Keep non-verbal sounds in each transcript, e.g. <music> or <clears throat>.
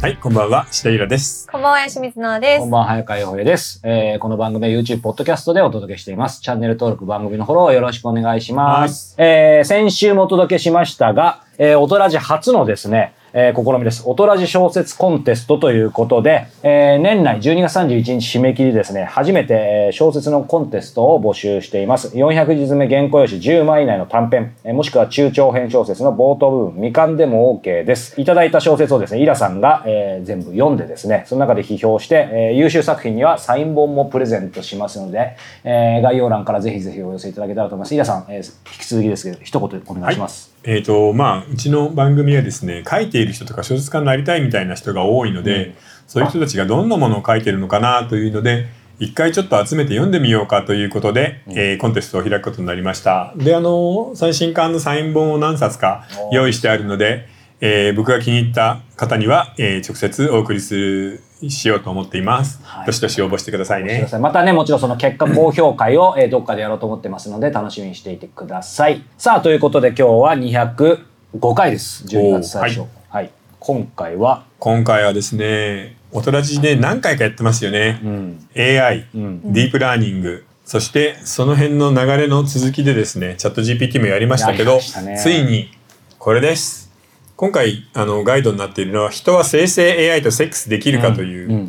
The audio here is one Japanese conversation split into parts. はい、こんばんは、下平です。こんばんは、吉光奈です。こんばんは、早川洋平です。えーこの番組は YouTube、ポッドキャストでお届けしています。チャンネル登録、番組のフォローよろしくお願いします。えー先週もお届けしましたが、えー、おとらじ初のですね、えー試みです。おとらじ小説コンテストということで、えー年内12月31日締め切りですね、初めてえー小説のコンテストを募集しています。400字詰め原稿用紙10枚以内の短編、えーもしくは中長編小説の冒頭部分、未完でも OK です。いただいた小説をですね、イラさんが、えー全部読んでですね、その中で批評して、えー優秀作品にはサイン本もプレゼントしますので、えー概要欄からぜひぜひお寄せいただけたらと思います。イラさん、えー引き続きですけど、一言お願いします。えっ、と、まあ、うちの番組はですね、書いている人とか小説家になりたいみたいな人が多いので、うんそういう人たちがどんなものを書いてるのかなというので、一回ちょっと集めて読んでみようかということで、うんえーコンテストを開くことになりました。で、あの、最新刊のサイン本を何冊かおー用意してあるので、えー僕が気に入った方には、えー直接お送りする、しようと思っています。はいどしどし応募してくださいしてくねだ。さいまたね、もちろんその結果公表会を、えーどっかでやろうと思ってますので、楽しみにしていてください。さあ、ということで今日は205回です。12月最初。おーはい、今回は、今回はですね、おとらじで何回かやってますよね。うん、 AI、うん。ディープラーニング、そしてその辺の流れの続きでですね、チャット GPT もやりましたけやりど、ましたねついにこれです。今回あのガイドになっているのは人は生成 AI とセックスできるかという、うん。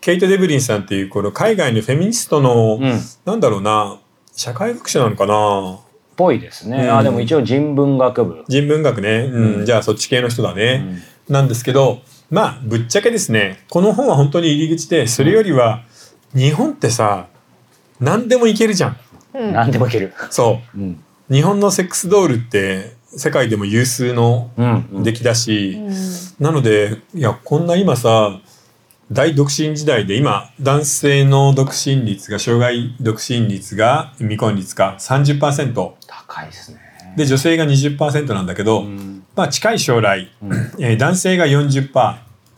ケイト・デブリンさんっていうこの海外のフェミニストの、うんなんだろうな社会学者なのかなぽいですね。うんあ、でも一応人文学部。人文学ね、うんうんじゃあそっち系の人だうね、んなんですけどまあぶっちゃけですねこの本は本当に入り口でそれよりは日本ってさ何でもいけるじゃんうん何でもいける。そうん。う日本のセックスドールって世界でも有数のうん。出来だし、うんなのでいやこんな今さ大独身時代で今男性の独身率が障害独身率が未婚率が30%高いですね。で女性が20%なんだけど、うん、まあ近い将来、うん。えー男性が40%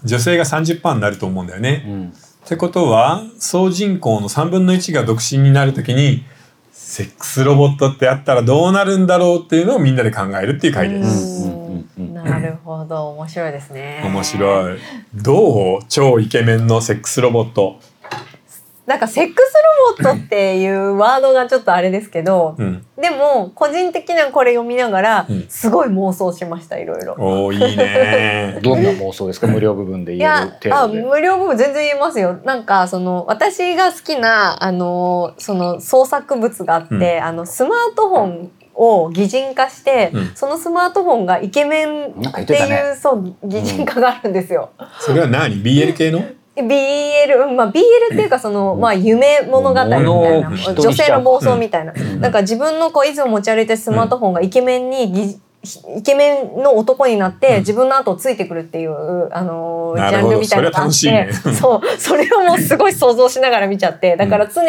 女性が30%になると思うんだよね。うん。ってことは総人口の3分の1が独身になるときにセックスロボットってあったらどうなるんだろうっていうのをみんなで考えるっていう回でうす。んうんうんなるほど、面白いですね。面い。白い。どう超イケメンのセックスロボット。なんかセックスロボットっていうワードがちょっとあれですけど、うん。でも個人的なこれ読みながらうんすごい妄想しました、いろいろ。おーいいね。どんな妄想ですか無料部分でい言えやる、程あ、度で。無料部分全然言えますよ。なんかその私が好きなあのその創作物があって、うあのスマートフォンを擬人化して、うんそのスマートフォンがイケメンなんか言っってていたう、ね。そう擬人化があるんですよ。それは何 ?BL 系の BL、うんまあ、BL っていうかその、まあ、夢物語みたい物をな一人女にし性ちゃうの妄想みたいな、んなんか自分のこういつも持ち歩いてるスマートフォンがイケメンにぎイケメンの男になって、うん自分の後をついてくるっていう、あのーなジるャほンどルみたいなのがあってそれは楽しいねそうそれをもうすごい想像しながら見ちゃってだから常に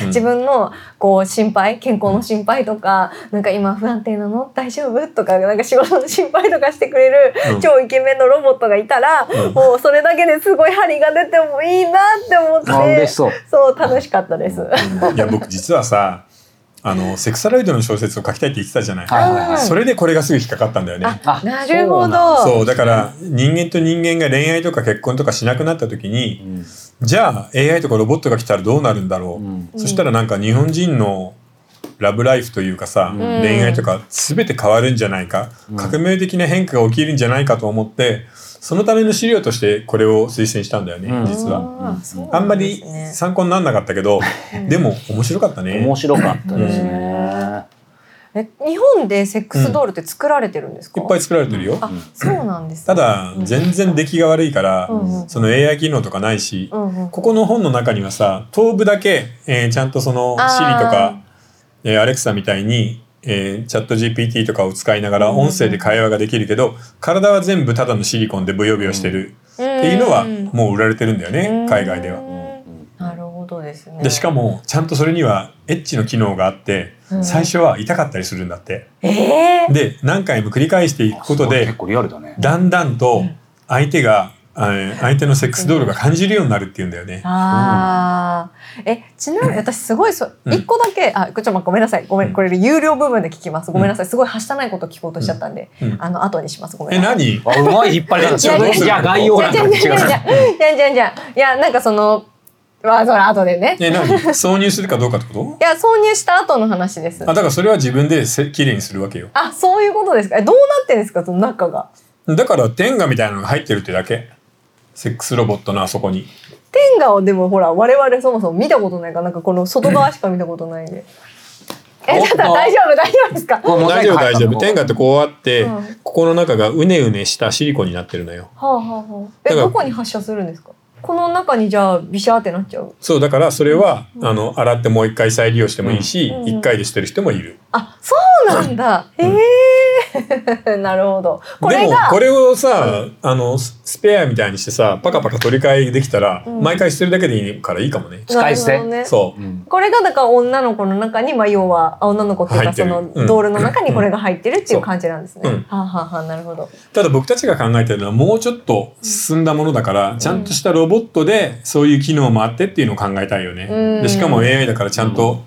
うん自分のこう心配健康の心配とか、なんか今不安定なの大丈夫とかなんか仕事の心配とかしてくれるうん超イケメンのロボットがいたら、うんもうそれだけですごい針が出てもいいなって思って、あ、嬉しそう。そう楽しかったです。いや、僕実はさ、あの、セクサロイドの小説を書きたいって言ってたじゃない。はいはいはい。それでこれがすぐ引っかかったんだよね。あなるほそうなど。そう、だから人間と人間が恋愛とか結婚とかしなくなった時に、うんじゃあ AI とかロボットが来たらどうなるんだろう、うんそしたらなんか日本人のラブライフというかさ、うん恋愛とか全て変わるんじゃないか、うん革命的な変化が起きるんじゃないかと思ってそのための資料としてこれを推薦したんだよね、うん実は。あーそうあんまなんでりすね参考にならなかったけど、でも面白かったね面。白かったですね。え日本でセックスドールって作られてるんですいか？っぱい作られてるよ。あそうなんです、ね。ただうん全然出来が悪いから、うんうんその AI 機能とかないし、うんうんここの本の中にはさ頭部だけ、えーちゃんとそのあ Siri ーとか、えー、Alexa みたいに、えー、チャット GPT とかを使いながらうんうん音声で会話ができるけど体は全部ただのシリコンでブヨブヨしてるっっていうのはもう売られてるんだよね海外では。なるほどですね。でしかもちゃんとそれにはエッチの機能があってうん最初は痛かったりするんだって。ええで何回も繰り返していくことあすごいで結構リアルだね。だんだんと相手があの相手のセックス道路が感じるようになるっていうんだよね。ああ、え、ちなみに私すごいそ、うん一個だけ、あ、ちょっとまごめんなさい、ごめうんん、これ有料部分で聞きます。ごめんなさい、すごいはしたないこと聞こうとしちゃったんで、うんあの後にします。ごめえ、んなさい。何あうまい引っ張り方いやいやいやじゃあ概要欄じゃとあじ違ゃあうじゃあじゃあじゃあじゃあいやなんかその、まあそれ後でね。え、何 <laughs> 挿入するかどうかってこいや挿入した後の話ですとあ、。だからそれは自分でせ綺麗にするわけよ。あ、そういうことですか。え、どうなってんですかその中が。だから天下みたいなのが入ってるってだけ。セックスロボットのあそこに。天下をでもほら我々そもそも見たことないからなんかこの外側しか見たことないんで。え、おただ大丈夫大丈夫ですか。はこうモザ大イ丈ク夫入大った丈の夫。天下ってこうあって、うんここの中がうねうねしたシリコンになってるのよ。あ、はあはあ、だかえらどこに発射するんですか。この中にじゃあビシャーってなっちゃう。そうだからそれは、あの洗ってもう一回再利用してもいいし、うん一回でしてる人もいる。あ、そうなんだ。へえ。 <laughs> なるほど。こでれもが。これをさ、あのススペアみたいにしてさパカパカ取り替えできたら、うん毎回してるだけでいいからいいかもね。使い捨てなるほどねそうう。んこれがだから女の子の中に、まあ、要はあ女の子っていう入かってそるのうんドールの中にこれが入ってるっていそうう感じなんですね。うんはあ、はあはあ、なるほど。ただ僕たちが考えてるのはもうちょっと進んだものだから、ちゃんとしたロボットでそういう機能もあってっていうのを考えたいよね。うんでしかも AI だからちゃんと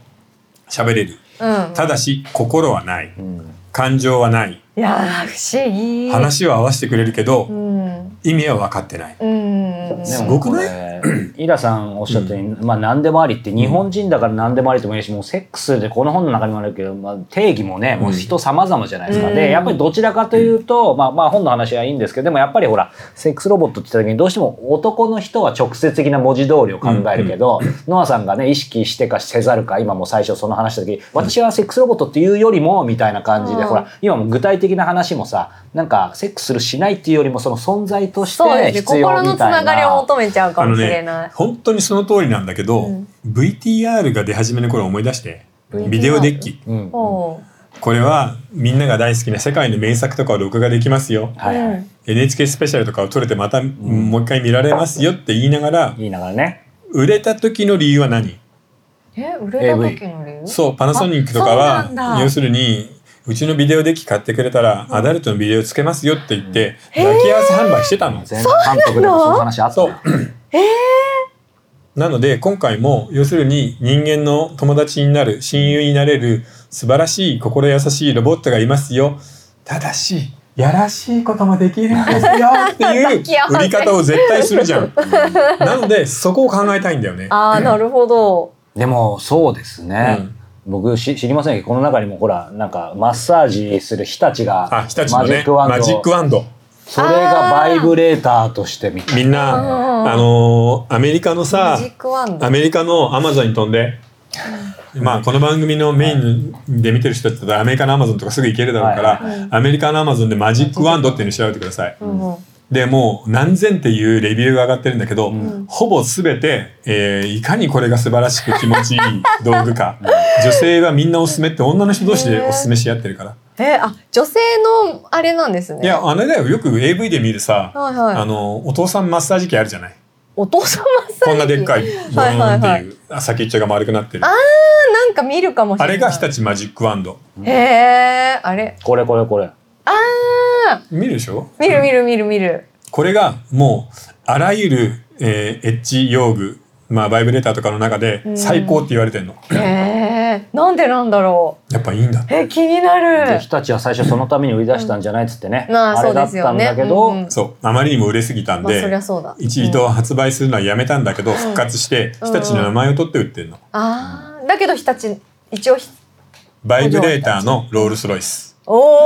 喋れる。うん、ただし心はない。うん感情はない。いやー不思議。話は合わせてくれるけど、うん意味は分かってない。うんですもごくないこれイラさんおっしゃったように、まあ何でもありって日本人だから何でもありともいいしもうセックスでこの本の中にもあるけど、まあ、定義もねもう人様々じゃないですか、うんでやっぱりどちらかというと、まあ、まあ本の話はいいんですけどでもやっぱりほらセックスロボットって言った時にどうしても男の人は直接的な文字通りを考えるけど、ノアさんがね意識してかせざるか今もう最初その話した時私はセックスロボットっていうよりもみたいな感じうで、んほら今も具体的な話もさなんかセックスするしないっていうよりもその存在としそうでてすね。必要心みたいな。のつながりを求めちゃうかあものしれねない。本当にその通りなんだけど、うん VTR が出始めの頃思い出して、 VTR ビデオデッキうんほこれはみんなが大好きな世界の名作とかを録画できますよう。はい、はいうん NHK スペシャルとかを撮れてまたもう一回見られますよって言いながら言いながらね。売れた時の理由は何え、売れた時の理由。そうパナソニックとかあそうなんはだ要するにうちのビデオデッキ買ってくれたらアダルトのビデオつけますよって言って抱き合わせ販売してたの。全部監督でもその話 <laughs> あったそうよ。なので今回も要するに人間の友達になる親友になれる素晴らしい心優しいロボットがいますよただしやらしいこともできるんですよっていう抱き合わせ売り方を絶対するじゃん。なのでそこを考えたいんだよね。ああ、なるほど。でもそうですね。うん僕し知りませんけどこの中にもほらなんかマッサージする日立があ日立のマジねックワンドマジックワンド。それがバイブレーターとしてみたいみんうんなあのーアメリカのマさジックワンドア。メリカのアマゾンに飛んで。まあこの番組のメインで見てる人だったらアメリカのアマゾンとかすぐ行けるだろうから、はいはいアメリカのアマゾンでマジックワンドっていうのを調べてください。うんうんでもう何千っていうレビューが上がってるんだけど、んほぼ全て、えーいかにこれが素晴らしく気持ちいい道具 <laughs> か女性はみんなおすすめって女の人同士でおすすめし合ってるから、え、あ、女性のあれなんですね。いやあれだよよく AV で見るさ、はいはいあのお父さんマッサージ機あるじゃないお父様こんなでっかいボーンっていあう、はいはいはいあ先っちょが丸くなってるああーなんか見るかもしれない。れが日立マジックワンドへえ、あれ。これこれこれ。ああ、見るでしょ見る見る見る見る。これがもうあらゆる、えーエッジ用具まあバイブレーターとかの中で最高って言われてるの、へえ、なんでなんだろやっぱいいんだってう。え、気になでる。日立は最初そのために売り出したんじゃないっつってね。まああそれうだでっすたよんね。だけうんうんど。そうあまりにも売れすぎたんまあで、そりゃそうだ。一時うんと発売するのはやめたんだけど、復活してうん日立の名前を取って売ってるの、ああ、だけど日立一応ひバイブレーターのロールスロイス <laughs> おお、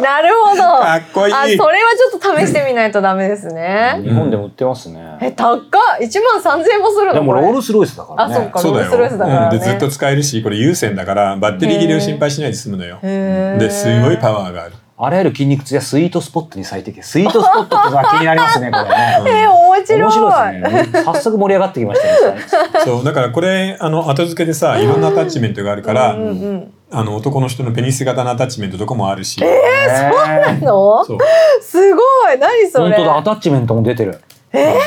なるほど。かっこいいあ、それはちょっと試してみないとダメですね。日本でも売ってますね。え、高っ。一万三千円もするの。でもこれロールスロイスだからね。あそうかそうだロールスロイスだかよ、らうねん、でずっと使えるしこれ有線だからバッテリー切れを心配しないで済むのよへーですごいパワーがあるあらゆる筋肉痛やスイートスポットに最適。スイートスポットってのが気になりますね、これね。えー、面白い。面白いですね。早速盛り上がってきましたね。そうだからこれあの後付けでさいろんなアタッチメントがあるから、うんうん。あの男の人のペニス型のアタッチメントとかもあるし、えのそうすごい。何そ本れ。当だ、アタッチメントも出てる。えなんか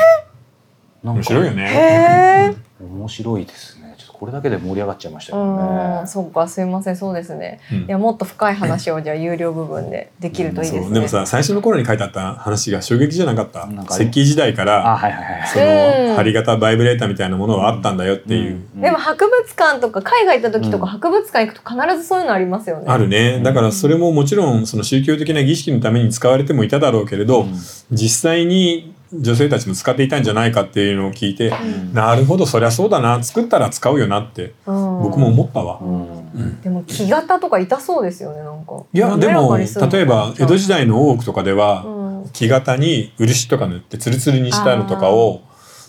面白いよねへえ。面白いですね。ちょっとここれだけで盛り上がっちゃいましたうよねん、。そっか、すいません、そうですね。うんいや、もっと深い話をじゃあ有料部分でできるといいですそうね。でもさ最初の頃に書いてあった話が衝撃じゃなかったなんかね石器時代かあ、らはいはいはい。そのうん針型バイブレーターみたいなものはあったんだよっていう、んでも博物館とか海外行った時とかうん博物館行くと必ずそういうのありますよね。あるねだからうんそれももちろんその宗教的な儀式のために使われてもいただろうけれど、うん実際に女性たちも使っていたんじゃないかっていうのを聞いて、うんなるほどそりゃそうだな作ったら使うよなってうん僕も思ったわ。うんでも木型とか痛そうですよねなんか。いやで滑らもかにするのか例えば江戸時代の大奥とかでは、うん木型に漆とか塗ってツルツルにしたのとかを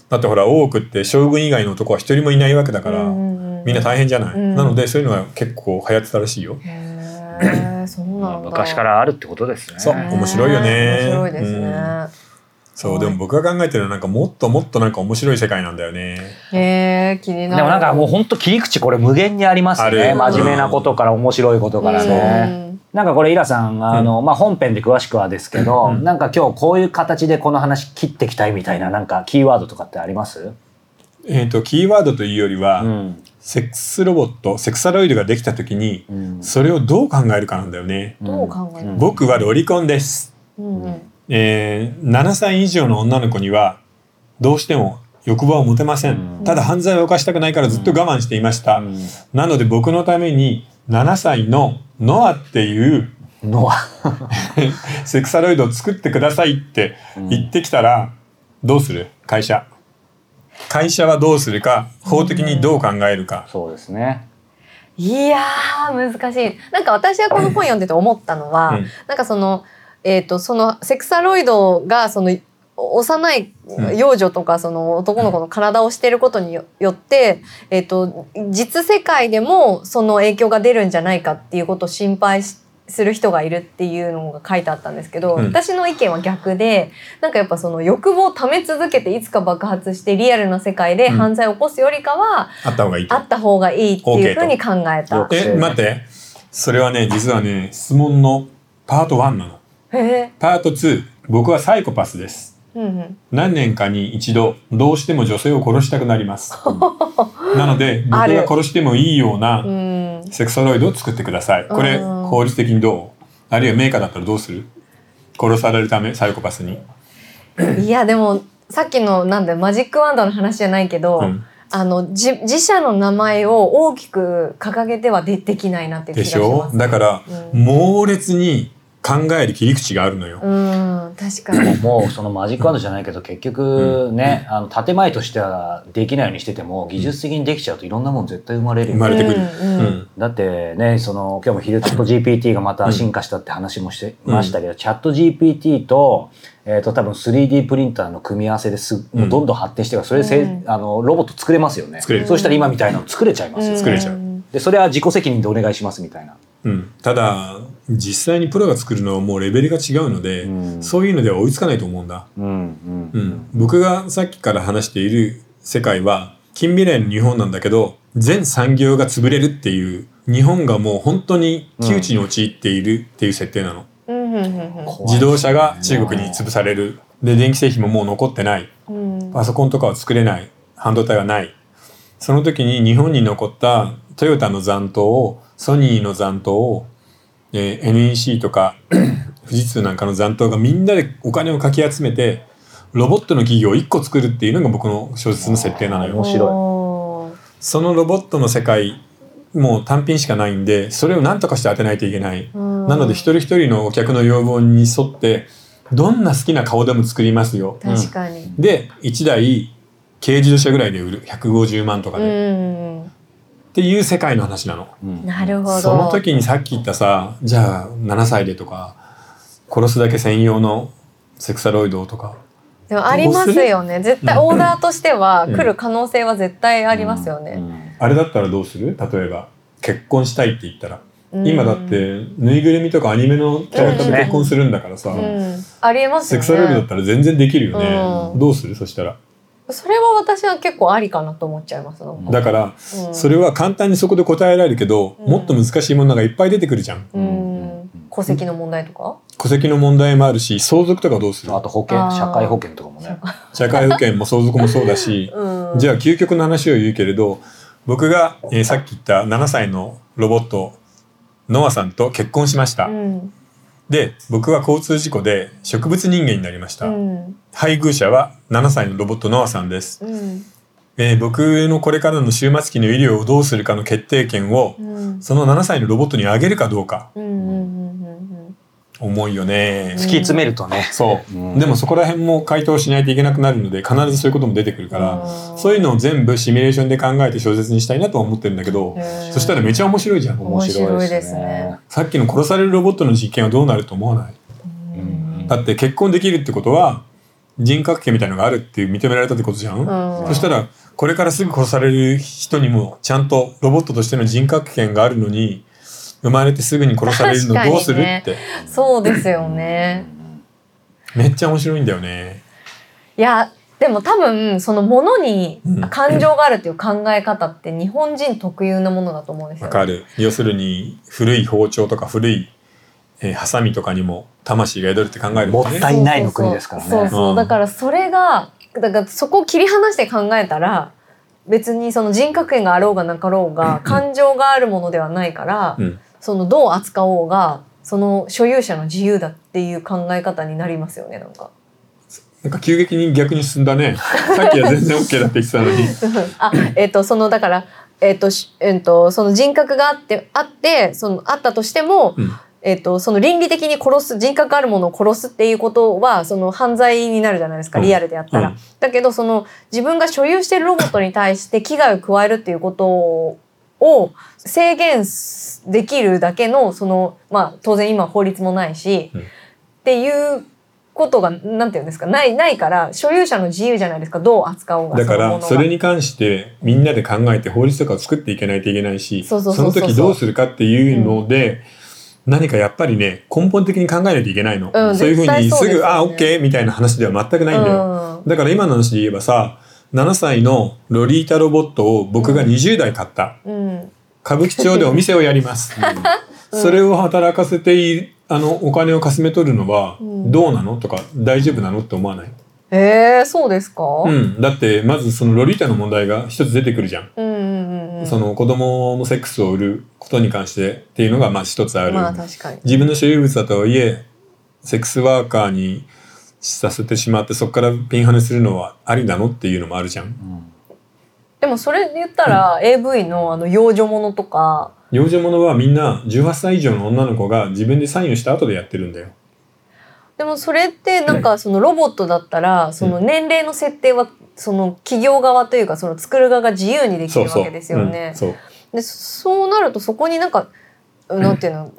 だってほら大奥って将軍以外の男は一人もいないわけだから、うんうんうんみんな大変じゃない、うんなのでそういうのが結構流行ってたらしいよ。へえ、そうなんまだあ。昔からあるってことですね。そうへえ面白いよね面白いですね。そうはいでも僕が考えてるのはなんかもっともっとなんか面白い世界なんだよね。へえ、気にでなもる。なんかもう本当切り口これ無限にありますね。ある真面目なことから面白いことからね。うんなんかこれイラさんあの、まあ本編で詳しくはですけど、うんなんか今日こういう形でこの話切っていきたいみたいななんかキーワードとかってあります？えっ、とキーワードというよりは、ん。セックスロボットセクサロイドができた時にうんそれをどう考えるかなんだよね。どう考えるうん僕はロリコンです。うんうんえー7歳以上の女の子にはどうしても欲望を持てません、うんただ犯罪を犯したくないからずっと我慢していました、うなので僕のために7歳のノアっていうんのは。セクサロイドを作ってくださいって言ってきたらどうする会社会社はどうするか法的にどう考えるか、そうですね。いやー難しい。なんか私はこの本読んでて思ったのは、うんなんかそのえっ、とそのセクサロイドがその幼いん幼女とかその男の子の体をしていることによよって、えっ、と実世界でもその影響が出るんじゃないかっていうことを心配しする人がいるっていうのが書いてあったんですけど、うん私の意見は逆でなんかやっぱその欲望をため続けていつか爆発してリアルな世界で犯罪を起こすよりかは、あった方がいいとあった方がいいっていうふうに考えた。え待ってそれはね実はね質問のパート1なのへえパート2僕はサイコパスですうんうん、何年かに一度どうしても女性を殺したくなり <laughs> ます、なので僕あるが殺してもいいようう、なんセクサロイドを作ってくださいこれうん法律的にどうあるいはメーカーだったらどうする殺されるためサイコパスに、いやでもさっきのなんだよマジックワンダーの話じゃないけど、うん、あの自自社の名前を大きく掲げてはでできないなっていうで気がししょます。だからう猛烈に考える切り口があるのよ、うん確かに。もうそのマジックワードじゃないけど結局ね、あの建前としてはできないようにしてても技術的にできちゃうといろんなもん絶対生まれるよね生まれてくる、うんうんだってね、その、今日もヒルチャット GPT がまた進化したって話もしてましたけど、チャット GPT と、えっ、と、多分 3D プリンターの組み合わせです、うんもうどんどん発展してから、それでせ、うんあの、ロボット作れますよね。作れるそうしたら今みたいなの作れちゃいますよ。作れちゃうんで、それは自己責任でお願いしますみたいな。うん、ただ実際にプロが作るのはもうレベルが違うので、うんそういうのでは追いつかないと思うんだうん、うん、うん、僕がさっきから話している世界は近未来の日本なんだけど全産業が潰れるっていう日本がもう本当に窮地に陥っているっていう設定なの、うんうんうん怖い自動車が中国に潰されるで電気製品ももう残ってないうんうんパソコンとかは作れない半導体はないその時に日本に残ったトヨタの残党をソニーの残党を、えー NEC とか <clears throat> 富士通なんかの残党がみんなでお金をかき集めてロボットの企業を1個作るっていうのが僕の小説の設定なの面よ。白いおーそのロボットの世界もう単品しかないんでそれを何とかして当てないといけない。うんなので一人一人のお客の要望に沿ってどんな好きな顔でも作りますよ。確かに。で1台軽自動車ぐらいで売る150万とかうで、っん、ていう世界の話なのうんなるほど。その時にさっき言ったさじゃあ7歳でとか殺すだけ専用のセクサロイドとかでもありますよね。絶対うんオーダーとしてはうん来る可能性は絶対ありますようね。んあれだったらどうする例えば結婚したいって言ったら、うん今だってぬいぐるみとかアニメのキャラクターと結婚するんだからさ、うん、ありえますセよクね。サロイドだったら全然できるよね、うんどうするそしたらそれは私は結構ありかなと思っちゃいます。なんかだからうんそれは簡単にそこで答えられるけど、うんもっと難しいものがいっぱい出てくるじゃんうん、戸籍の問題とか。戸籍の問題もあるし相続とかどうするあと保険あ、ー社会保険とかもね。社会保険も相続もそうだしうん。じゃゃあ究極の話を言うけれど僕が、えーさっき言った7歳のロボットノアさんと結婚しました、うんで僕は交通事故で植物人間になりましうた、ん配偶者は7歳のロボットノアさんです、うんえー僕のこれからの終末期の医療をどうするかの決定権をうんその7歳のロボットにあげるかどうかうんうんうん重いよね、突き詰めるとね。そう、うんでもそこら辺も回答しないといけなくなるので必ずそういうことも出てくるから、うんそういうのを全部シミュレーションで考えて小説にしたいなとは思ってるんだけど、そしたらめちゃ面白いじゃん、面白いですね。さっきの殺されるロボットの実験はどうなると思わないうんだって結婚できるってことは人格権みたいなのがあるっていう認められたってことじゃん、うんそしたらこれからすぐ殺される人にもちゃんとロボットとしての人格権があるのに生まれてすぐに殺されるのどうする、確っかてそうですよね。めっちゃ面白いんだよね。いやでも多分そのものにうん感情があるっていう考え方って日本人特有のものだと思うんですわよ。かる要するに古い包丁とか古い、えーハサミとかにも魂が宿るって考えるももんっねたいないの国ですからそうそうね。そううんだからそれがだからそこを切り離して考えたら別にその人格権があろうがなかろうが感情があるものではないから、うんそのどう扱おうがその所有者の自由だっていう考え方になりますよねなんか。 <laughs> なんか急激に逆に進んだ <laughs> ね。さっきは全然 OK だって言ってたのに。あ、えっ、と、その、だから、えっ、と、しえっ、と、その人格があって、あって、その、あったとしても。うんえっ、と、その倫理的に殺す、人格あるものを殺すっていうことは、その犯罪になるじゃないですか、うんリアルでやったら。うんだけど、その、自分が所有しているロボットに対して危害を加えるっていうことを。制限すできるだけの、その、まあ、当然今法律もないし。うんっていう。ことがなんていうんですかないないから所有者の自由じゃないですかどう扱おうがだかのもらのがそれに関してみんなで考えて法律とかを作っていけないといけないしそうそそうそうそのう時どうするかっていうので、何かやっぱりね根本的に考えないといけないの、うんそういうふう絶対にそうすですぐよね「あオッケー」みたいな話では全くないんだよ、うんだから今の話で言えばさ7歳のロリータロボットを僕が20代買った、うん、歌舞伎町でお店をやります、それを働かせているあのお金をかすめ取るのはうんどうなのとか大丈夫なのって思わない、えー、そうですか、ううん、ん、だってまずそのロリータの問題が一つ出てくるじゃんうんうんうんその子供のセックスを売ることに関してっていうのがまあ一つある、まあ確かに自分の所有物だとはいえセックスワーカーにさせてしまってそこからピンハネするのはありなのっていうのもあるじゃんでもそれで言ったら、AV のあの幼女ものとか養女者はみんな18歳以上の女の子が自分でサインをした後でやってるんだよでもそれってなんかそのロボットだったらその年齢の設定はその企業側というかその作る側が自由にできそるうそうわけですようねん、。そうでそうなるとそこになんかなんていうの、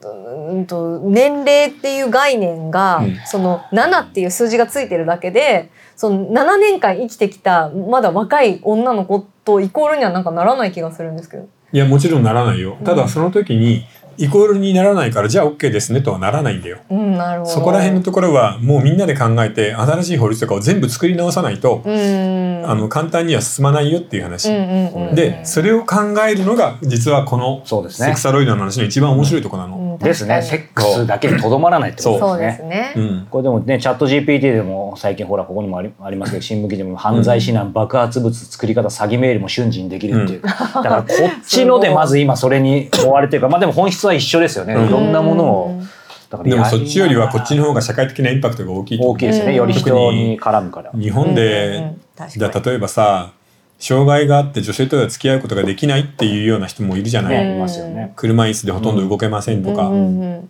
うんと年齢っていう概念が、うんその7っていう数字がついてるだけでその7年間生きてきたまだ若い女の子とイコールにはなんかならない気がするんですけど。いやもちろんならないようんただその時にイコールにならないからじゃあ OK ですねとはならないんだようん、なるほどそこら辺のところはもうみんなで考えて新しい法律とかを全部作り直さないと、うんあの簡単には進まないよっていう話、うんうんうん、でそれを考えるのが実はこのそうですセねク。サロイドの話の一番面白いとこなうの。ん、ですね。確セかにックスだけにとどまらないってこそとうでですすね。ねう。んこれでもね、チャット GPT でも最近ほら、ここにもありありますけど、新聞記事でも犯罪指南、爆発物作り方、詐欺メールも瞬時にできるっていう。だからこっちすので、ごいまず今それに追われてるから、まあでも本質は一緒ですよね。うんいろんなものを。だからでやりもなそがらっちよりはこっちの方が社会的なインパクトが大きいと思う大きいですうね。んより人に絡むから。日本うんうんうでん、確だかに例えばさ障害があって女性とは付き合うことができないっていうような人もいるじゃない、ね、いますよね。車椅子でほとんど動けませんとか、うんうん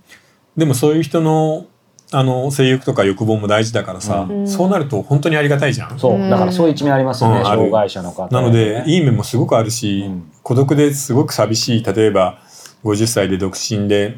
でもそういう人のあの性欲とか欲望も大事だからさ、うんそうなると本当にありがたいじゃん。そうう。んだからそういう一面ありますよね。うんある障害者の方、ね。なのでいい面もすごくあるし、うん孤独ですごく寂しい例えば50歳で独身で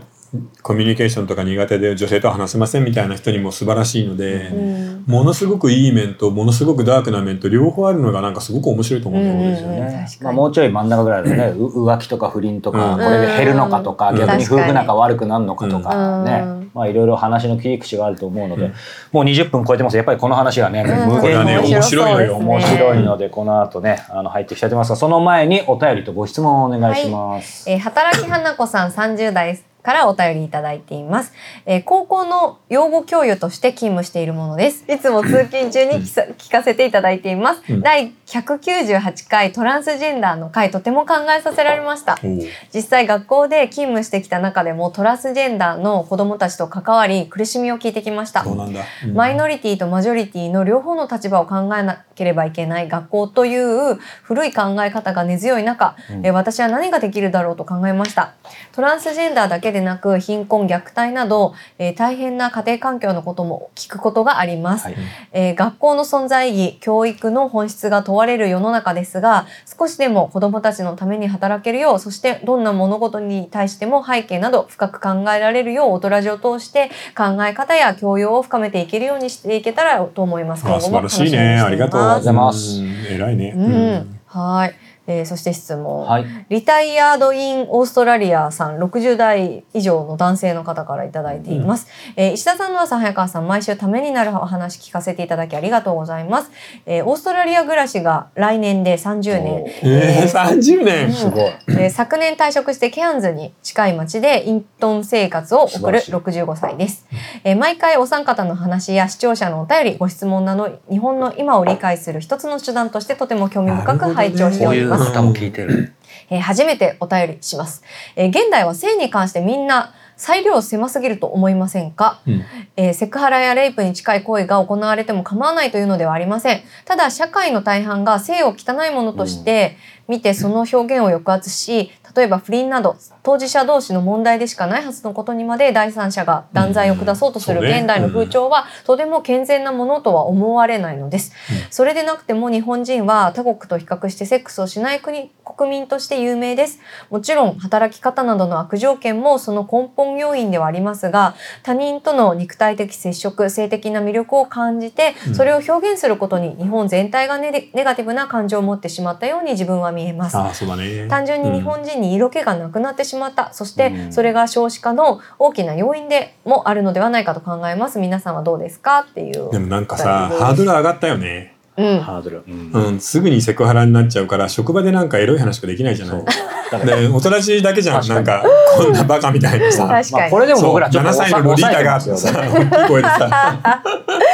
コミュニケーションとか苦手で女性とは話せませんみたいな人にも素晴らしいので、うんうんものすごくいい面とものすごくダークな面と両方あるのがなんかすごく面白いと思うんだようんね。ですようん確ねかにまあ、もうちょい真ん中ぐらい <laughs> だねう浮気とか不倫とか、うんこれで減るのかとか、うん逆に確か夫に婦仲悪くなるのかとかね、うんまあいろいろ話の切り口があると思うので、もう20分超えてますやっぱりこの話がね、うん無これ限はにね面面白いのよそうですね面白い白いのでこの後ねあの入ってきちゃってますがその前にお便りとご質問をお願いします。えー働き花子さん30代からお便りいただいています。えー高校の養護教諭として勤務しているものです。いつも通勤中に聞さ聞かせていただいています。うん第198回トランスジェンダーの回、とても考えさせられました。おう実際学校で勤務してきた中でもトランスジェンダーの子どもたちと関わり苦しみを聞いてきましたそうなんだ。マイノリティとマジョリティの両方の立場を考えなければいけない学校という古い考え方が根強い中、うんえー私は何ができるだろうと考えましたトランスジェンダーだけでなく貧困虐待など、えー大変な家庭環境のことも聞くことがあります、はいえー学校の存在意義教育の本質が問われる世の中ですが少しでも子どもたちのために働けるようそしてどんな物事に対しても背景など深く考えられるよう大人ラジを通して考え方や教養を深めていけるようにしていけたらと思います。あ素晴らしいね。ありがとうごござざいいまますす。偉いね。す。うん、はい、えーそして質問、はい。リタイアード・イン・オーストラリアさん60代以上の男性の方からいただいています、えー石田さんの朝早川さん毎週ためになるお話聞かせていただきありがとうございます、えーオーストラリア暮らしが来年で30年ええ、三十うん年。すごい。えー昨年退職してケアンズに近い町でイントン生活を送る素晴ら65歳です、えー毎回お三方の話や視聴者のお便りご質問など日本の今を理解する一つの手段としてとても興味深く拝聴してこおうりいうます、方も聞いてる。えー初めてお便りします、えー現代は性に関してみんな裁量狭すぎると思いませんか、うんえーセクハラやレイプに近い行為が行われても構わないというのではありませんただ社会の大半が性を汚いものとして見てその表現を抑圧し例えば不倫など当事者同士の問題でしかないはずのことにまで第三者が断罪を下そうとするうんそうね現代の風潮はとても健全なものとは思われないのですそれでなくても日本人は他国と比較してセックスをしない国国民として有名です。もちろん働き方などの悪条件もその根本要因ではありますが他人との肉体的接触性的な魅力を感じてうんそれを表現することに日本全体がネネガティブな感情を持ってしまったように自分は見えます。ああ、そうだね。単純に日本人に色気がなくなってしまった、そしてうんそれが少子化の大きな要因でもあるのではないかと考えます皆さんはどうですかっていうでもなんかさ、ハードル上がったよね。うん、ハードル。うんうん、すぐにセクハラになっちゃうから職場でなんかエロい話ができないじゃそなうい。だからでおとなしいだけじゃん確かなんにかこんなバカみたいにさ確かまあにこれでも僕らちょっと7歳のロリータがさ抑えて大 <laughs> きい声でさ <laughs>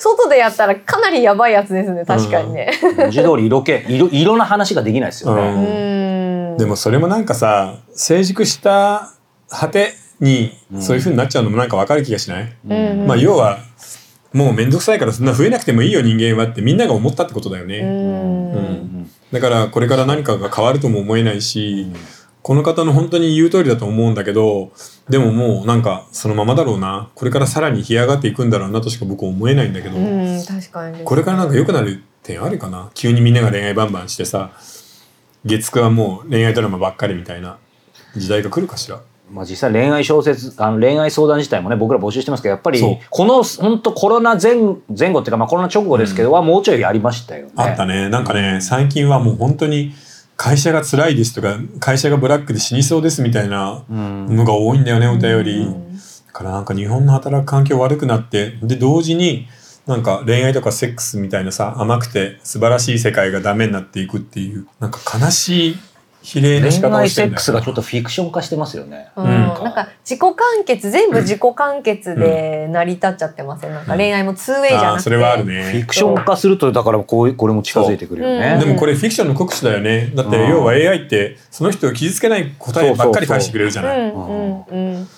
外でやったらかなりやばいやつですね確かにね。文字通り色気、色、色な話ができないですようううね。んーんでもそれもなんかさ成熟した果てにうんそういうふうになっちゃうのもなんかわかる気がしない、うんうんまあ要はもう面倒くさいからそんな増えなくてもいいよ人間はってみんなが思ったってことだようーね、んううんんだからこれから何かが変わるとも思えないし、この方の本当に言う通りだと思うんだけどでももうなんかそのままだろうなこれからさらに干上がっていくんだろうなとしか僕は思えないんだけど、うん確かにこれからなんか良くなる点あるかな急にみんなが恋愛バンバンしてさ月9はもう恋愛ドラマばっかりみたいな時代が来るかしらまあ、実際恋愛小説あの恋愛相談自体もね僕ら募集してますけどやっぱりそうこの本当コロナ前前後っていうか、まあ、コロナ直後ですけどはもうちょいやりましたよね。あったねなんかね最近はもう本当に会社が辛いですとか会社がブラックで死にそうですみたいなうんのが多いんだよねお便り、うんだからなんか日本の働く環境悪くなってで同時になんか恋愛とかセックスみたいなさ甘くて素晴らしい世界がダメになっていくっていうなんか悲しい比例の仕恋方を愛してセるんだッよクスがちょっとフィクション化してますよね。うんうんなんか自己完結全部自己完結で成り立っちゃってません、なんか恋愛も 2way じあーゃなくてそれはあるフィねクション化するとだからこうこれも近づいてくるよそうでね。もこれフィクションの酷使だよねだってうん要は AI ってその人を傷つけない答えばっかり返してくれるじゃうないんうんうん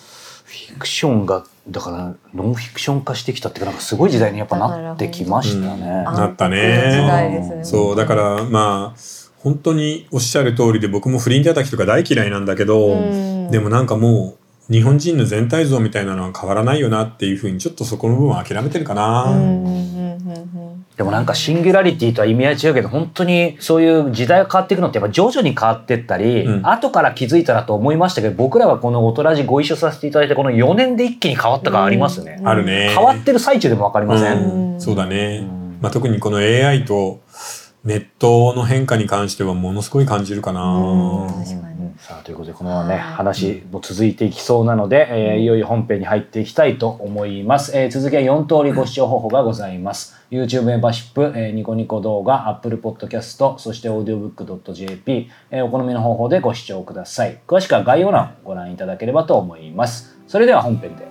フィクションがだからノンフィクション化してきたっていうかなんかすごい時代にやっぱなってきましたね。うんなったね暗黒時代ですねそうだからまあ本当におっしゃる通りで僕も不倫叩きとか大嫌いなんだけど、うんでもなんかもう日本人の全体像みたいなのは変わらないよなっていうふうにちょっとそこの部分は諦めてるかな、うんうんうんうんうんでもなんかシンギュラリティとは意味合い違うけど本当にそういう時代が変わっていくのってやっぱ徐々に変わっていったり、うん後から気づいたらと思いましたけど僕らはこの「オトラジ」ご一緒させていただいてこの4年で一気に変わった感ありますね、うんあるね変わってる最中でも分かりません、うんそうだね、うんまあ、特にこの AI とネットの変化に関してはものすごい感じるかな、うん確かにさあということでこのままねはい話も続いていきそうなので、えーいよいよ本編に入っていきたいと思います、えー続きは4通りご視聴方法がございます YouTube メンバーシップ、えーニコニコ動画 Apple Podcast そして audiobook.jp、えーお好みの方法でご視聴ください詳しくは概要欄をご覧いただければと思いますそれでは本編です